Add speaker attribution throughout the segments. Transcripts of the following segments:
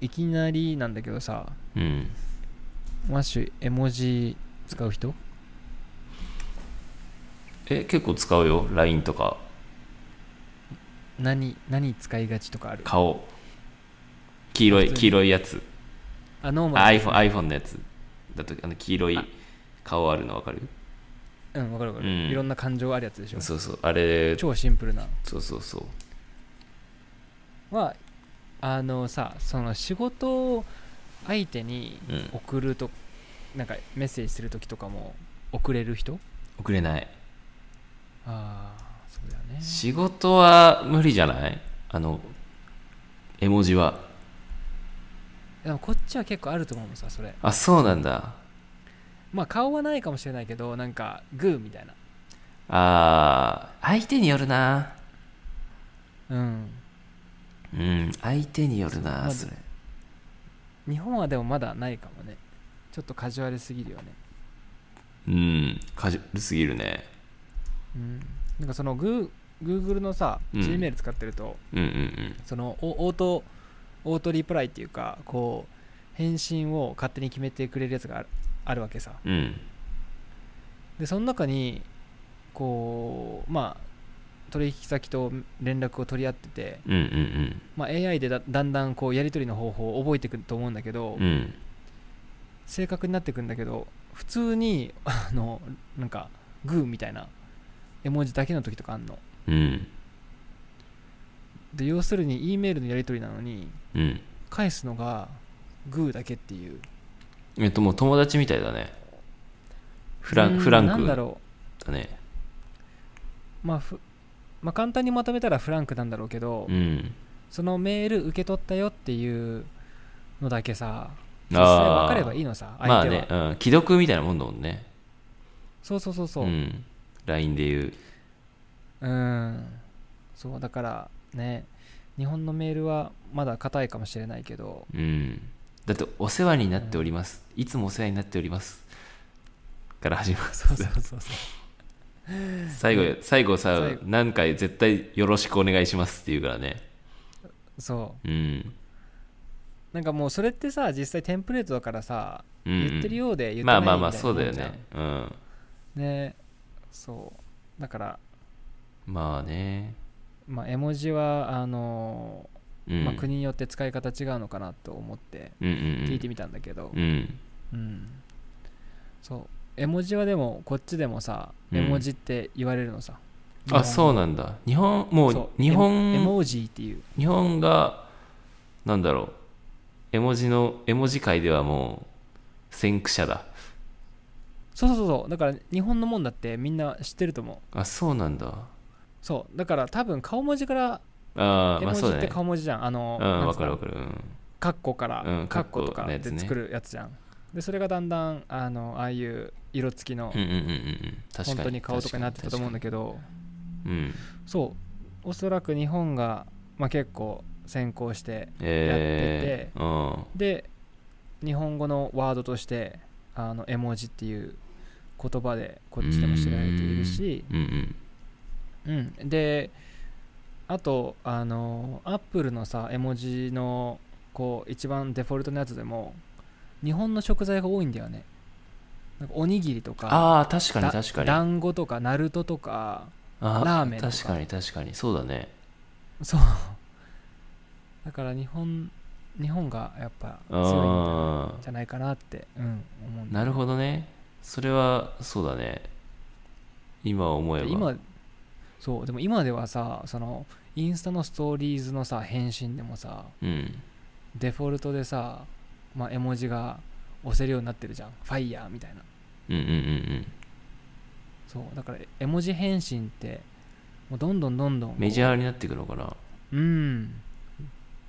Speaker 1: いきなりなんだけどさ
Speaker 2: うん
Speaker 1: マッシュ絵文字使う人
Speaker 2: え結構使うよ LINE とか
Speaker 1: 何何使いがちとかある
Speaker 2: 顔黄色
Speaker 1: 普通
Speaker 2: い
Speaker 1: に
Speaker 2: 黄色いやつ
Speaker 1: あノー
Speaker 2: あ
Speaker 1: マル
Speaker 2: iPhone, iPhone のやつだとあの黄色い
Speaker 1: あ
Speaker 2: 顔あるの分かる
Speaker 1: うんわかるわかる、
Speaker 2: うん
Speaker 1: いろんな感情あるやつでしょ
Speaker 2: そうそうあれ
Speaker 1: 超シンプルな
Speaker 2: そうそうそう
Speaker 1: はあのさその仕事を相手に
Speaker 2: うん
Speaker 1: 送ると、なんかメッセージする時とかも送れる人
Speaker 2: 送れない
Speaker 1: ああそうだよね
Speaker 2: 仕事は無理じゃないあの絵文字は
Speaker 1: でもこっちは結構あると思うのさそれ
Speaker 2: あそうなんだ
Speaker 1: まあ顔はないかもしれないけどなんかグーみたいな
Speaker 2: あー相手によるな
Speaker 1: うん
Speaker 2: うん相手によるな
Speaker 1: そ
Speaker 2: そうれ
Speaker 1: 日本はでもまだないかもねちょっとカジュアルすぎるよね
Speaker 2: うんカジュアルすぎるね
Speaker 1: うんなんかそのグー Google のさ
Speaker 2: うん
Speaker 1: Gmail 使ってると、
Speaker 2: うんうん
Speaker 1: そのおオートオートリプライっていうかこう返信を勝手に決めてくれるやつがあるあるわけさ
Speaker 2: うんうん
Speaker 1: でその中にこうまあ取引先と連絡を取り合ってて、
Speaker 2: うんうん
Speaker 1: まあ、AI でだだんだんこうやり取りの方法を覚えていくと思うんだけど、
Speaker 2: うんうん
Speaker 1: 正確になっていくんだけど普通に あのなんかグーみたいな絵文字だけの時とかあんの
Speaker 2: うん
Speaker 1: で要するに E メールのやり取りなのに
Speaker 2: うん
Speaker 1: 返すのがグーだけっていう
Speaker 2: えっともう友達みたいだねフラ
Speaker 1: うー
Speaker 2: ン
Speaker 1: ん
Speaker 2: フラン
Speaker 1: なん
Speaker 2: ク
Speaker 1: だ
Speaker 2: だ
Speaker 1: ろ
Speaker 2: ね
Speaker 1: う、まあ、ふまあ簡単にまとめたらフランクなんだろうけど、
Speaker 2: うん
Speaker 1: そのメール受け取ったよっていうのだけさ実際
Speaker 2: あ
Speaker 1: 分かれば
Speaker 2: あ
Speaker 1: いいのさ相手
Speaker 2: ま
Speaker 1: は、
Speaker 2: あね、うん、既読みたいなもんだもんね
Speaker 1: そうそうそうそう
Speaker 2: う
Speaker 1: うん
Speaker 2: LINE で言う
Speaker 1: うんそうだからね日本のメールはまだ硬いかもしれないけ ど
Speaker 2: うん、だってお世話になっております、いつもお世話になっておりますから始まる
Speaker 1: そうそうそうそう
Speaker 2: 最後最後さ
Speaker 1: 最後
Speaker 2: 何回絶対よろしくお願いしますって言うからね
Speaker 1: そ
Speaker 2: うん、
Speaker 1: うなんかもうそれってさ実際テンプレートだからさ、
Speaker 2: うんうん
Speaker 1: 言ってるようで言って
Speaker 2: ま
Speaker 1: ない
Speaker 2: あ
Speaker 1: みた
Speaker 2: ま
Speaker 1: いな
Speaker 2: あまあそうだよ
Speaker 1: もん
Speaker 2: ねうん
Speaker 1: じゃんねそうだから、
Speaker 2: まあね
Speaker 1: まあ、絵文字はあの
Speaker 2: うん、
Speaker 1: まあ、国によって使い方違うのかなと思って
Speaker 2: うんうんうん
Speaker 1: 聞いてみたんだけど、
Speaker 2: うん
Speaker 1: うんそう絵文字はでもこっちでもさ
Speaker 2: うん
Speaker 1: 絵文字って言われるのさ、
Speaker 2: あそううなんだ日本もう
Speaker 1: そう
Speaker 2: 日
Speaker 1: エモエ
Speaker 2: 本
Speaker 1: モージーっていう
Speaker 2: 日本がなんだろう絵文字の絵文字界ではもう先駆者だ
Speaker 1: そうそうそうそうだから日本のもんだってみんな知ってると思う
Speaker 2: あそうなんだ
Speaker 1: そうだから多分顔文字から
Speaker 2: あー
Speaker 1: 絵
Speaker 2: ま
Speaker 1: 文
Speaker 2: あ
Speaker 1: 字
Speaker 2: そう
Speaker 1: っ
Speaker 2: だ
Speaker 1: て
Speaker 2: ね
Speaker 1: 顔文字じゃん、あの
Speaker 2: うん、わかるわ
Speaker 1: る
Speaker 2: かる。うん
Speaker 1: カッコから、
Speaker 2: うん
Speaker 1: カッコと
Speaker 2: カッコ
Speaker 1: か
Speaker 2: のやつ
Speaker 1: で
Speaker 2: ね
Speaker 1: 作るやつじゃん、でそれがだんだんあのああいう色付きの
Speaker 2: うんうんうんうんうん。確かに。
Speaker 1: 本当に顔とかになってたと思うんだ
Speaker 2: け
Speaker 1: けど
Speaker 2: ど。うん。
Speaker 1: そうおそらく日本が、まあ、結構先行して
Speaker 2: えー、
Speaker 1: で日本語のワードとしてあの絵文字っていう言葉でこっちでも知られているし、
Speaker 2: うん。うん
Speaker 1: うん、であとあのアップルのさ絵文字のこう一番デフォルトのやつでも日本の食材が多いんだよねなんかおにぎりとか
Speaker 2: ああ、確かに
Speaker 1: だ
Speaker 2: 確かに。あ
Speaker 1: 団子とかナルトとか
Speaker 2: ー
Speaker 1: ラーメンとか
Speaker 2: 確かに確かに。そうだね。
Speaker 1: そうだから日本日本がやっぱ強いん
Speaker 2: あ
Speaker 1: じゃないかなって、うん、思うん
Speaker 2: あ。
Speaker 1: だ
Speaker 2: なるほどね。それは、そうだね。今思えば。
Speaker 1: 今そうでも今ではさそのインスタのストーリーズのさ返信でもさ
Speaker 2: うん。
Speaker 1: デフォルトでさ、まあ、絵文字が押せるようになってるじゃんファイヤーみたいな
Speaker 2: うんうんうんうん。
Speaker 1: そうだから絵文字返信ってもうどんどんどんどんこう
Speaker 2: メジャーになってくのかな。
Speaker 1: うん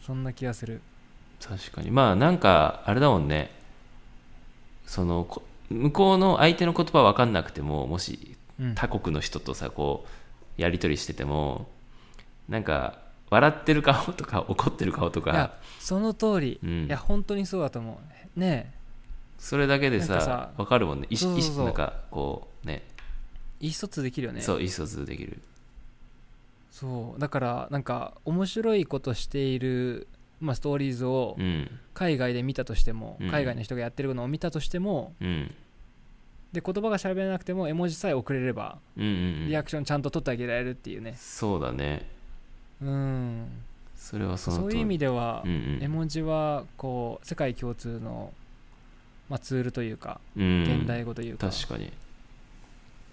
Speaker 1: そんな気がする
Speaker 2: 確かにまあなんかあれだもんねそのこ向こうの相手の言葉分かんなくてももし
Speaker 1: うん
Speaker 2: 他国の人とさこうやり取りしててもなんか笑ってる顔とか怒ってる顔と
Speaker 1: いや
Speaker 2: か、
Speaker 1: その通り、
Speaker 2: うん
Speaker 1: いや本当にそうだと思うね
Speaker 2: それだけで
Speaker 1: なん
Speaker 2: さ
Speaker 1: かさ
Speaker 2: 分かるもんね意
Speaker 1: そう
Speaker 2: 思
Speaker 1: そうそう
Speaker 2: なんかこうね
Speaker 1: え意思疎通できるよね
Speaker 2: そう意思疎通できる
Speaker 1: そうだからなんか面白いことしているまあ、ストーリーズを
Speaker 2: うん
Speaker 1: 海外で見たとしても、
Speaker 2: うん
Speaker 1: 海外の人がやってるのを見たとしても
Speaker 2: うん
Speaker 1: で言葉が喋れなくても絵文字さえ送れれば
Speaker 2: うんうん
Speaker 1: リアクションちゃんと取ってあげられるっていうね
Speaker 2: そうだね
Speaker 1: うん
Speaker 2: それはその
Speaker 1: そういう意味では
Speaker 2: うんうん
Speaker 1: 絵文字はこう世界共通の、まあ、ツールというか
Speaker 2: うん
Speaker 1: 現代語というか、
Speaker 2: 確かに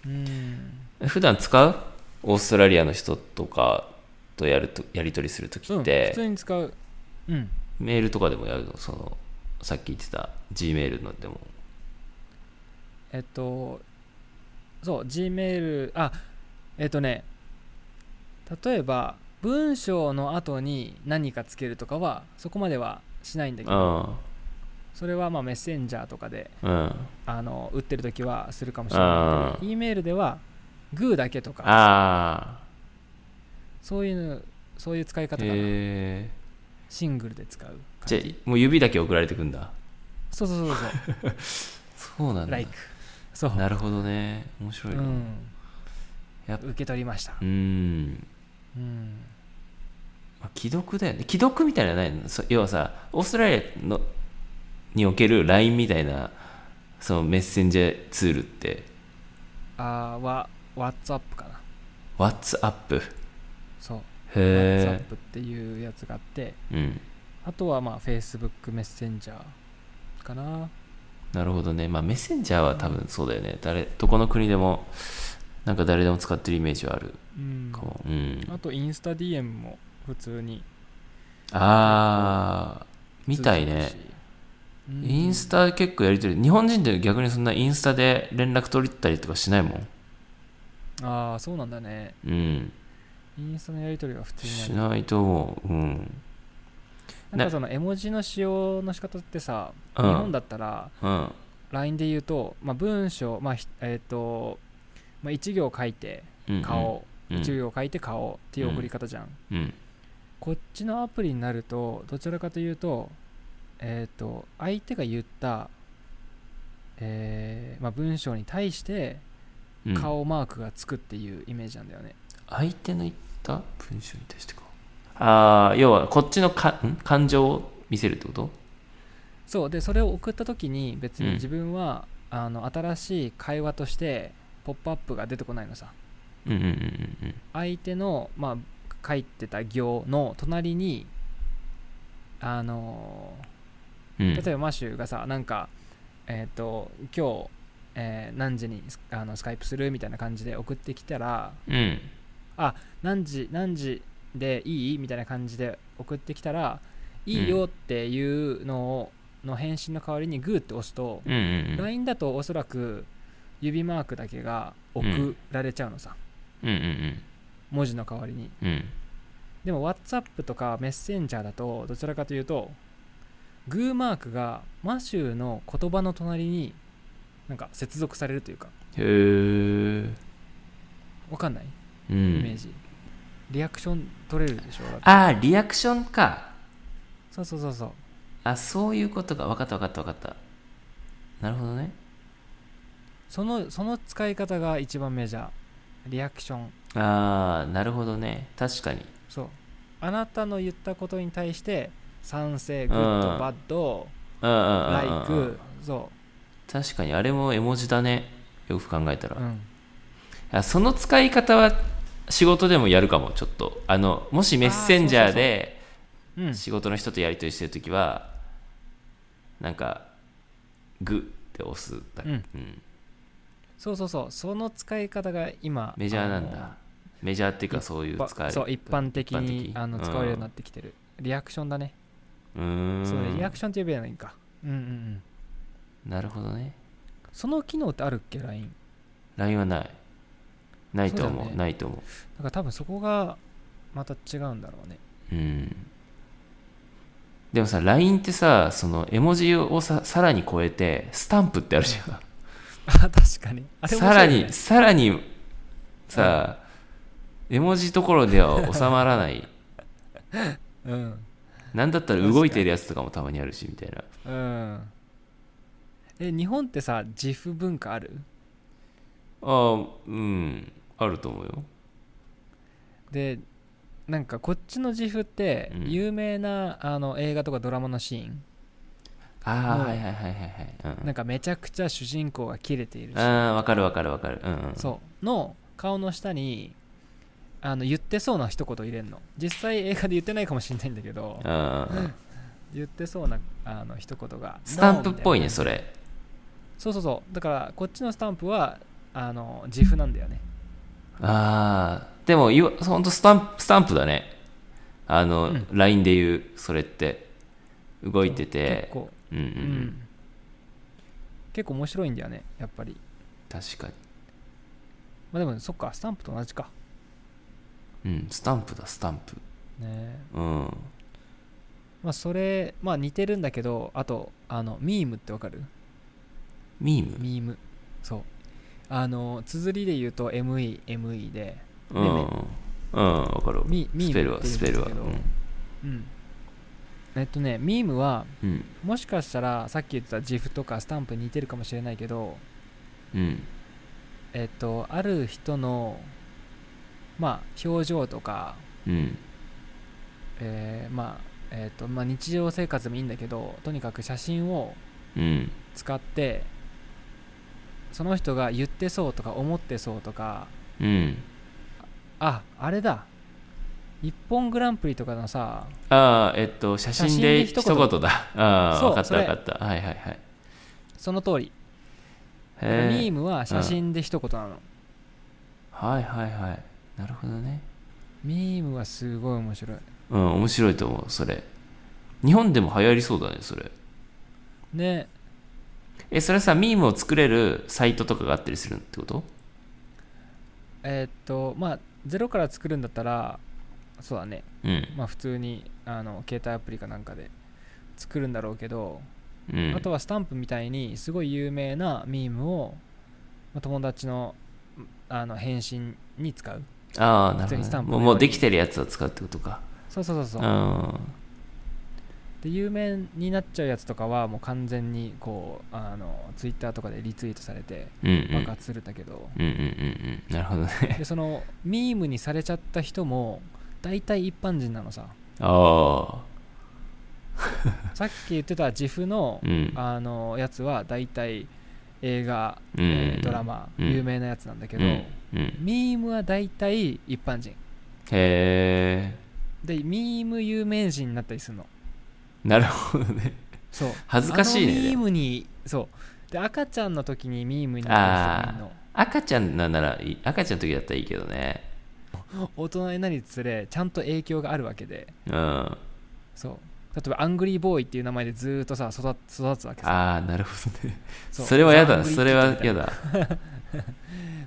Speaker 1: うん
Speaker 2: 普段使うオーストラリアの人とかとやるとやり取りするとき
Speaker 1: うん
Speaker 2: っ
Speaker 1: 普
Speaker 2: て、
Speaker 1: 通に使ううん
Speaker 2: メールとかでもやるのそのさっき言ってた G メールのでも
Speaker 1: えっとそう G メールあえっとね例えば文章の後に何かつけるとかはそこまではしないんだけど
Speaker 2: あ
Speaker 1: それはまあメッセンジャーとかで
Speaker 2: あうん
Speaker 1: あの打ってる時はするかもしれないけど E メールではグーだけとか
Speaker 2: あ
Speaker 1: そういうそういう使い
Speaker 2: あ
Speaker 1: 方かな
Speaker 2: へえ
Speaker 1: シングルで使う
Speaker 2: じゃ
Speaker 1: 感じ
Speaker 2: あもう指だけ送られてくんだ
Speaker 1: そうそうそうそう
Speaker 2: そう なんだ、
Speaker 1: like そう
Speaker 2: なるほどね面白いな、
Speaker 1: うん
Speaker 2: やっ
Speaker 1: 受け取りました
Speaker 2: うん
Speaker 1: うん
Speaker 2: まあ既読だよね既読みたいなのはないのそ要はさオーストラリアのにおける LINE みたいなそのメッセンジャーツールって
Speaker 1: あーは WhatsApp かな
Speaker 2: WhatsApp へ
Speaker 1: そう
Speaker 2: え
Speaker 1: WhatsApp っていうやつがあって
Speaker 2: うん
Speaker 1: あとはまあ Facebook メッセンジャーかな
Speaker 2: なるほどねまあメッセンジャーは多分そうだよね誰どこの国でもなんか誰でも使ってるイメージはある
Speaker 1: うん
Speaker 2: かもうん
Speaker 1: あとインスタ DM も普通に
Speaker 2: ああみたい
Speaker 1: 通じ
Speaker 2: ね
Speaker 1: るしうん
Speaker 2: インスタ結構やりとり日本人って逆にそんなインスタで連絡取ったりとかしないもん
Speaker 1: ああそうなんだね
Speaker 2: うん
Speaker 1: インスタのやり取りは普通にあ
Speaker 2: し
Speaker 1: る
Speaker 2: ないと思ううん
Speaker 1: なんかその絵文字の使用の仕方ってさ、
Speaker 2: うん
Speaker 1: 日本だったら
Speaker 2: うん
Speaker 1: LINE で言うと、まあ、文章、まあひえっとまあ、1行書いて
Speaker 2: うんうん
Speaker 1: 顔、
Speaker 2: うん
Speaker 1: 1行書いて顔っていう送り方じゃん、
Speaker 2: うん
Speaker 1: こっちのアプリになるとどちらかというと,、えっと相手が言った、えーまあ、文章に対して
Speaker 2: うん
Speaker 1: 顔マークがつくっていうイメージなんだよね、
Speaker 2: 相手の言った文章に対してかああ要はこっちのかん感情を見せるってこと
Speaker 1: そうでそれを送った時に別
Speaker 2: うん
Speaker 1: に自分は、あの新しい会話としてポップアップが出てこないのさ
Speaker 2: うんうんうんうん
Speaker 1: 相手の、まあ、書いてた行の隣にあの
Speaker 2: うん
Speaker 1: ー例えばマシューがさなんかえっ、と今日、えー何時にスあのスカイプするみたいな感じで送ってきたら
Speaker 2: うん
Speaker 1: 何時何時でいいみたいな感じで送ってきたらいいよっていうのを、の返信の代わりにグーって押すと、
Speaker 2: うんうんうん
Speaker 1: LINE だとおそらく指マークだけが送られちゃうのさ、
Speaker 2: うんうん
Speaker 1: 文字の代わりに
Speaker 2: うんうん
Speaker 1: でも WhatsApp とかメッセンジャーだとどちらかというとグーマークがマシューの言葉の隣になんか接続されるというか
Speaker 2: へえ
Speaker 1: わかんない
Speaker 2: うん
Speaker 1: イメージ、リアクション取れるでしょだって
Speaker 2: ああリアクションか
Speaker 1: そうそうそうそう
Speaker 2: あそういうことか分かった分かった分かったなるほどね
Speaker 1: そのその使い方が一番メジャーリアクション
Speaker 2: ああなるほどね確かに
Speaker 1: そうあなたの言ったことに対して賛成グッ
Speaker 2: うん
Speaker 1: ドバッド
Speaker 2: うんうんうん
Speaker 1: ラ
Speaker 2: うん
Speaker 1: イクそ
Speaker 2: 確かにあれも絵文字だねよく考えたら、
Speaker 1: う、うん、
Speaker 2: あその使い方は仕事でもやるかもちょっとあのもしメッセンジャーで
Speaker 1: うん、
Speaker 2: 仕事の人とやり取りしてるときはなんかグって押すだ、
Speaker 1: うん
Speaker 2: うん
Speaker 1: そうそうそうその使い方が今
Speaker 2: メジャーなん
Speaker 1: あの
Speaker 2: だメジャーっていうかそういう使い
Speaker 1: そう一般的に
Speaker 2: 一般的
Speaker 1: あの
Speaker 2: うん
Speaker 1: 使われるようになってきてる、リアクションだね、
Speaker 2: うーん
Speaker 1: そうねリアクションって呼べばいいんかうんうんうん
Speaker 2: なるほどね
Speaker 1: その機能ってあるっけ LINE
Speaker 2: LINE はないないと
Speaker 1: そう
Speaker 2: 思う
Speaker 1: だね
Speaker 2: ないと思
Speaker 1: だから多分そこがまた違うんだろうね
Speaker 2: ううんでもさ LINE ってさその絵文字をささらに超えてスタンプってあるじゃん
Speaker 1: あ確かにあれ面
Speaker 2: さ
Speaker 1: 白
Speaker 2: ら
Speaker 1: いよね
Speaker 2: に、さらに、さ絵文字どころでは収まら ない。
Speaker 1: うん
Speaker 2: なんだったら動いてるやつとかもたまにあるし、みたいな。
Speaker 1: うんえ日本ってさ自負文化ある
Speaker 2: ああ、うん、あると思うよ。
Speaker 1: でなんかこっちの自負って
Speaker 2: うん
Speaker 1: 有名な、あの映画とかドラマのシーン
Speaker 2: ああ
Speaker 1: もう
Speaker 2: はいはいはいはいはいうん
Speaker 1: なんかめちゃくちゃ主人公が切れているし
Speaker 2: ああわかるわかるわかるうんうん
Speaker 1: そうの顔の下にあの言ってそうな一言入れんの実際映画で言ってないかもしれないんだけど
Speaker 2: うんうんうん
Speaker 1: 言ってそうなあの一言が
Speaker 2: スタンプっぽい
Speaker 1: ノーみたな
Speaker 2: ねそれ
Speaker 1: そうそうそうだからこっちのスタンプはあの自負なんだよね
Speaker 2: ああでもいわほんとスタンプスタンプだねあの、
Speaker 1: うん
Speaker 2: LINE で言うそれって動いてて
Speaker 1: 結構
Speaker 2: うんうん、う、
Speaker 1: うんん結構面白いんだよねやっぱり
Speaker 2: 確か
Speaker 1: まあでもそっかスタンプと同じか
Speaker 2: にうんスタンプだスタンプ
Speaker 1: ねえ
Speaker 2: うん
Speaker 1: まあそれまあ似てるんだけどあとあのミームってわかる
Speaker 2: ミーム
Speaker 1: ミームそうあの綴りで言うと MEME で
Speaker 2: うんうんうんわかる
Speaker 1: ミミーム
Speaker 2: スペルは
Speaker 1: って言
Speaker 2: ス
Speaker 1: うんで
Speaker 2: ペ
Speaker 1: す
Speaker 2: ルは
Speaker 1: けどうんえっとねミームは
Speaker 2: うんうん
Speaker 1: もしかしたらさっき言ってた GIF とかスタンプに似てるかもしれないけど
Speaker 2: うん
Speaker 1: えっとある人のまあ表情とか
Speaker 2: うん
Speaker 1: えーまあえっとまあ日常生活でもいいんだけどとにかく写真を
Speaker 2: うん
Speaker 1: 使ってその人が言ってそうとか思ってそうとか
Speaker 2: うん
Speaker 1: ああれだ一本グランプリとかのさ
Speaker 2: ああえっと写真で
Speaker 1: 写
Speaker 2: 一
Speaker 1: 真で一言
Speaker 2: 言だああ
Speaker 1: そう
Speaker 2: わかっ
Speaker 1: そ
Speaker 2: た
Speaker 1: れ
Speaker 2: わかったはいはいはい
Speaker 1: その通り、ミ
Speaker 2: へ
Speaker 1: ー
Speaker 2: え
Speaker 1: ムは写真で一言なの、
Speaker 2: はいはいはいなるほどね
Speaker 1: ミームはすごい面白い
Speaker 2: うん面白いと思うそれ日本でも流行りそうだねそれ
Speaker 1: ね
Speaker 2: えそれさミームを作れるサイトとかがあったりするってこと
Speaker 1: えーっとまあゼロから作るんだったらそうだね
Speaker 2: うん、
Speaker 1: まあ普通にあの携帯アプリかなんかで作るんだろうけど、
Speaker 2: うん、
Speaker 1: あとはスタンプみたいにすごい有名なミームを、まあ友達のあの返信に使う
Speaker 2: ああな
Speaker 1: 普通
Speaker 2: る
Speaker 1: に
Speaker 2: ほ
Speaker 1: ス
Speaker 2: ど
Speaker 1: タ
Speaker 2: ね
Speaker 1: ンプ
Speaker 2: もうもうできてるやつを使うってことか
Speaker 1: そうそうそうそう、
Speaker 2: ん
Speaker 1: で有名になっちゃうやつとかはもう完全にこうあのツイッターとかでリツイートされて
Speaker 2: うんうん
Speaker 1: 爆発するんだけ ど、
Speaker 2: うんうんうんうんなるほどね
Speaker 1: でそのミームにされちゃった人も大体一般人なのさ
Speaker 2: あ
Speaker 1: さっき言ってた自負の
Speaker 2: あうん
Speaker 1: あのやつは大体映画、
Speaker 2: うん
Speaker 1: えードラマ、
Speaker 2: うん
Speaker 1: 有名なやつなんだけど、
Speaker 2: うんうん、
Speaker 1: ミームは大体一般人
Speaker 2: へえ
Speaker 1: でミーム有名人になったりするの
Speaker 2: なるほどね
Speaker 1: そう
Speaker 2: 恥ずかしいね
Speaker 1: あのミ
Speaker 2: で
Speaker 1: ー
Speaker 2: も
Speaker 1: ムにそうで赤ちゃんの時にミームになったりするの
Speaker 2: 赤ちゃんなんならいい赤ちゃんの時だったらいいけどね
Speaker 1: 大人になるにつれちゃんと影響があるわけで
Speaker 2: うんあ
Speaker 1: そう例えばアングリーボーイっていう名前でずーっとさ育つ育つわけさ
Speaker 2: あなるほどね
Speaker 1: う
Speaker 2: それはやだ
Speaker 1: ザ
Speaker 2: それは
Speaker 1: アングリー
Speaker 2: や
Speaker 1: キッドみ
Speaker 2: だ
Speaker 1: た いな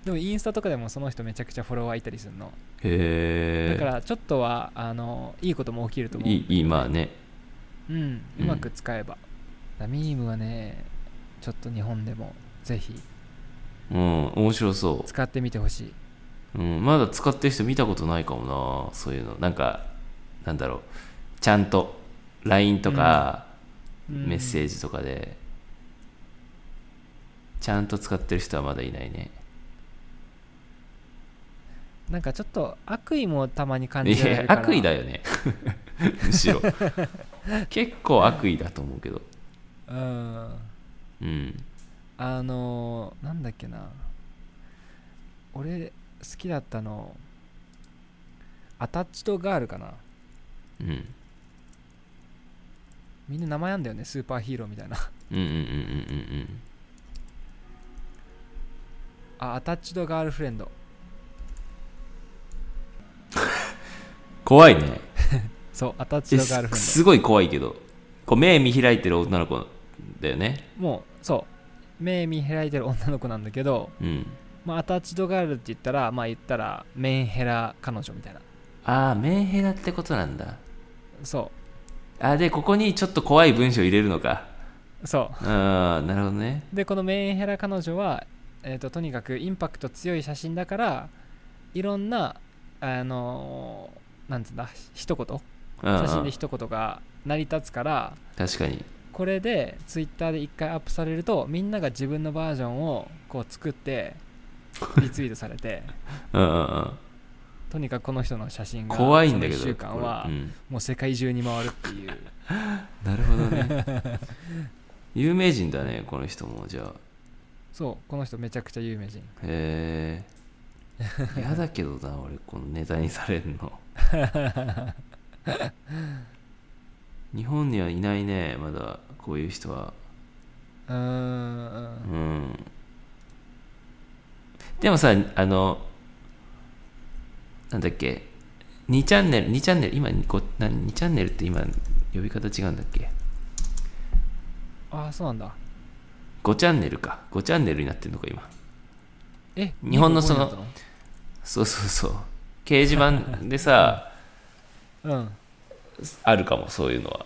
Speaker 1: でもインスタとかでもその人めちゃくちゃフォロワーいたりするのだ
Speaker 2: へ
Speaker 1: か
Speaker 2: え
Speaker 1: らちょっとはあのいいことも起きると思う
Speaker 2: いいいいまあね
Speaker 1: うんう
Speaker 2: うん
Speaker 1: まく使えば、だからミームはねちょっと日本でもぜひ
Speaker 2: うん面白そ
Speaker 1: 使ってみてほしい、
Speaker 2: う、うん、まだ使ってる人見たことないかもなそういうのなんかなんだろうちゃんと LINE とか、
Speaker 1: うん
Speaker 2: メッセージとかでちゃんと使ってる人はまだいないね
Speaker 1: なんかちょっと悪意もたまに感
Speaker 2: い
Speaker 1: じられ
Speaker 2: や
Speaker 1: るから
Speaker 2: 悪意だよね むしろ結構悪意だと思うけど
Speaker 1: うん
Speaker 2: うん
Speaker 1: あのーなんだっけな俺好きだったのアタッチとガールかな
Speaker 2: うんうん
Speaker 1: みんな名前あんだよねスーパーヒーローみたいな
Speaker 2: うんうんうんうん
Speaker 1: あアタッチとガールフレンド
Speaker 2: 怖いね
Speaker 1: そうアタッチ
Speaker 2: え
Speaker 1: とガールフレン
Speaker 2: すごい怖いけどこう目見開いてる女の子だよね
Speaker 1: ドもうそう目見開いてる女の子なんだけど、
Speaker 2: うん
Speaker 1: まあ、アタッチとガールって言ったらまあ言ったらメンヘラ彼女みたいな
Speaker 2: ああメンヘラってことなんだ
Speaker 1: そ
Speaker 2: あーでここにちょっと怖い文章入れるのか
Speaker 1: うそう
Speaker 2: ああなるほどね
Speaker 1: でこのメンヘラ彼女は、えー、ととにかくインパクト強い写真だからいろんなあのーなんつうんだ一言
Speaker 2: うんう
Speaker 1: 写
Speaker 2: ん
Speaker 1: 真で一言が成り立つから
Speaker 2: 確かに
Speaker 1: これでツイッターで一回アップされるとみんなが自分のバージョンをこう作ってリツイートされて
Speaker 2: うんうんうん
Speaker 1: とにかくこの人の写真が
Speaker 2: 怖いんだけど
Speaker 1: その一週間は
Speaker 2: これうん
Speaker 1: もう世界中に回るっていう
Speaker 2: なるほどね有名人だねこの人もじゃあ
Speaker 1: そうこの人めちゃくちゃ有名人
Speaker 2: へえ嫌だけどな俺このネタにされるの日本にはいないねまだこういう人は
Speaker 1: うーん
Speaker 2: うんでもさあのなんだっけ2チャンネル2チャンネル今こ何2チャンネルって今呼び方違うんだっけ
Speaker 1: ああそうなんだ
Speaker 2: 5チャンネルか5チャンネルになってるのか今
Speaker 1: え
Speaker 2: 日本のその
Speaker 1: 日本
Speaker 2: そうそうそう掲示板でさ
Speaker 1: 語になったの
Speaker 2: あるかもそういうのは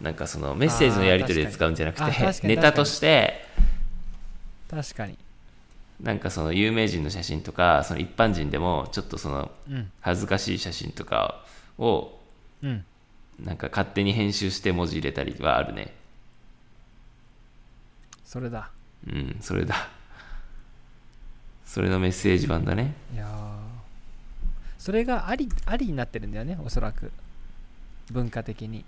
Speaker 2: なんかそのメッセージのやり取りで使うんじゃな
Speaker 1: あー
Speaker 2: く
Speaker 1: 確かにあ確
Speaker 2: て
Speaker 1: かに
Speaker 2: ネタとして
Speaker 1: うん確かに
Speaker 2: なんかその有名人の写真とかその一般人でもちょっとその
Speaker 1: うん
Speaker 2: 恥ずかしい写真とかを
Speaker 1: うん
Speaker 2: なんか勝手に編集して文字入れたりはあるね
Speaker 1: それだ
Speaker 2: うんそれだそれのメッセージ版だね
Speaker 1: いやーそれがありありになってるんだよねおそらく文化的に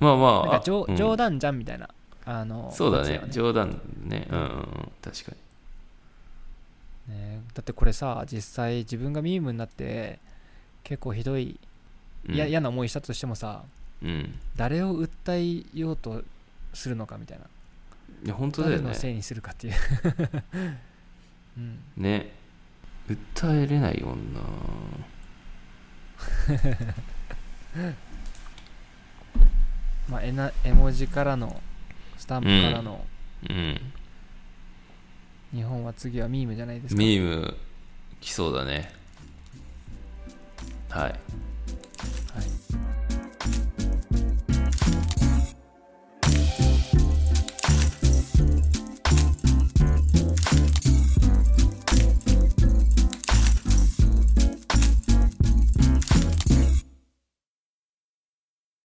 Speaker 2: まあま
Speaker 1: なん
Speaker 2: あ
Speaker 1: か冗
Speaker 2: あうん
Speaker 1: 冗談じゃんみたいな、あの
Speaker 2: そうだね
Speaker 1: やつは
Speaker 2: 冗談ねうんうんうん確かに
Speaker 1: ねだってこれさ実際自分がミームになって結構ひどい
Speaker 2: うん
Speaker 1: いや嫌な思いしたとしてもさ、
Speaker 2: うん
Speaker 1: 誰を訴えようとするのかみたいない
Speaker 2: や本当だ
Speaker 1: 誰
Speaker 2: よ
Speaker 1: の
Speaker 2: ね
Speaker 1: せいにするかっていう、 うん、
Speaker 2: ね訴えれないもんな
Speaker 1: まあ絵な絵文字からのスタンプからの、
Speaker 2: うん
Speaker 1: 日本は次はミームじゃないですか
Speaker 2: ミーム来そうだねはい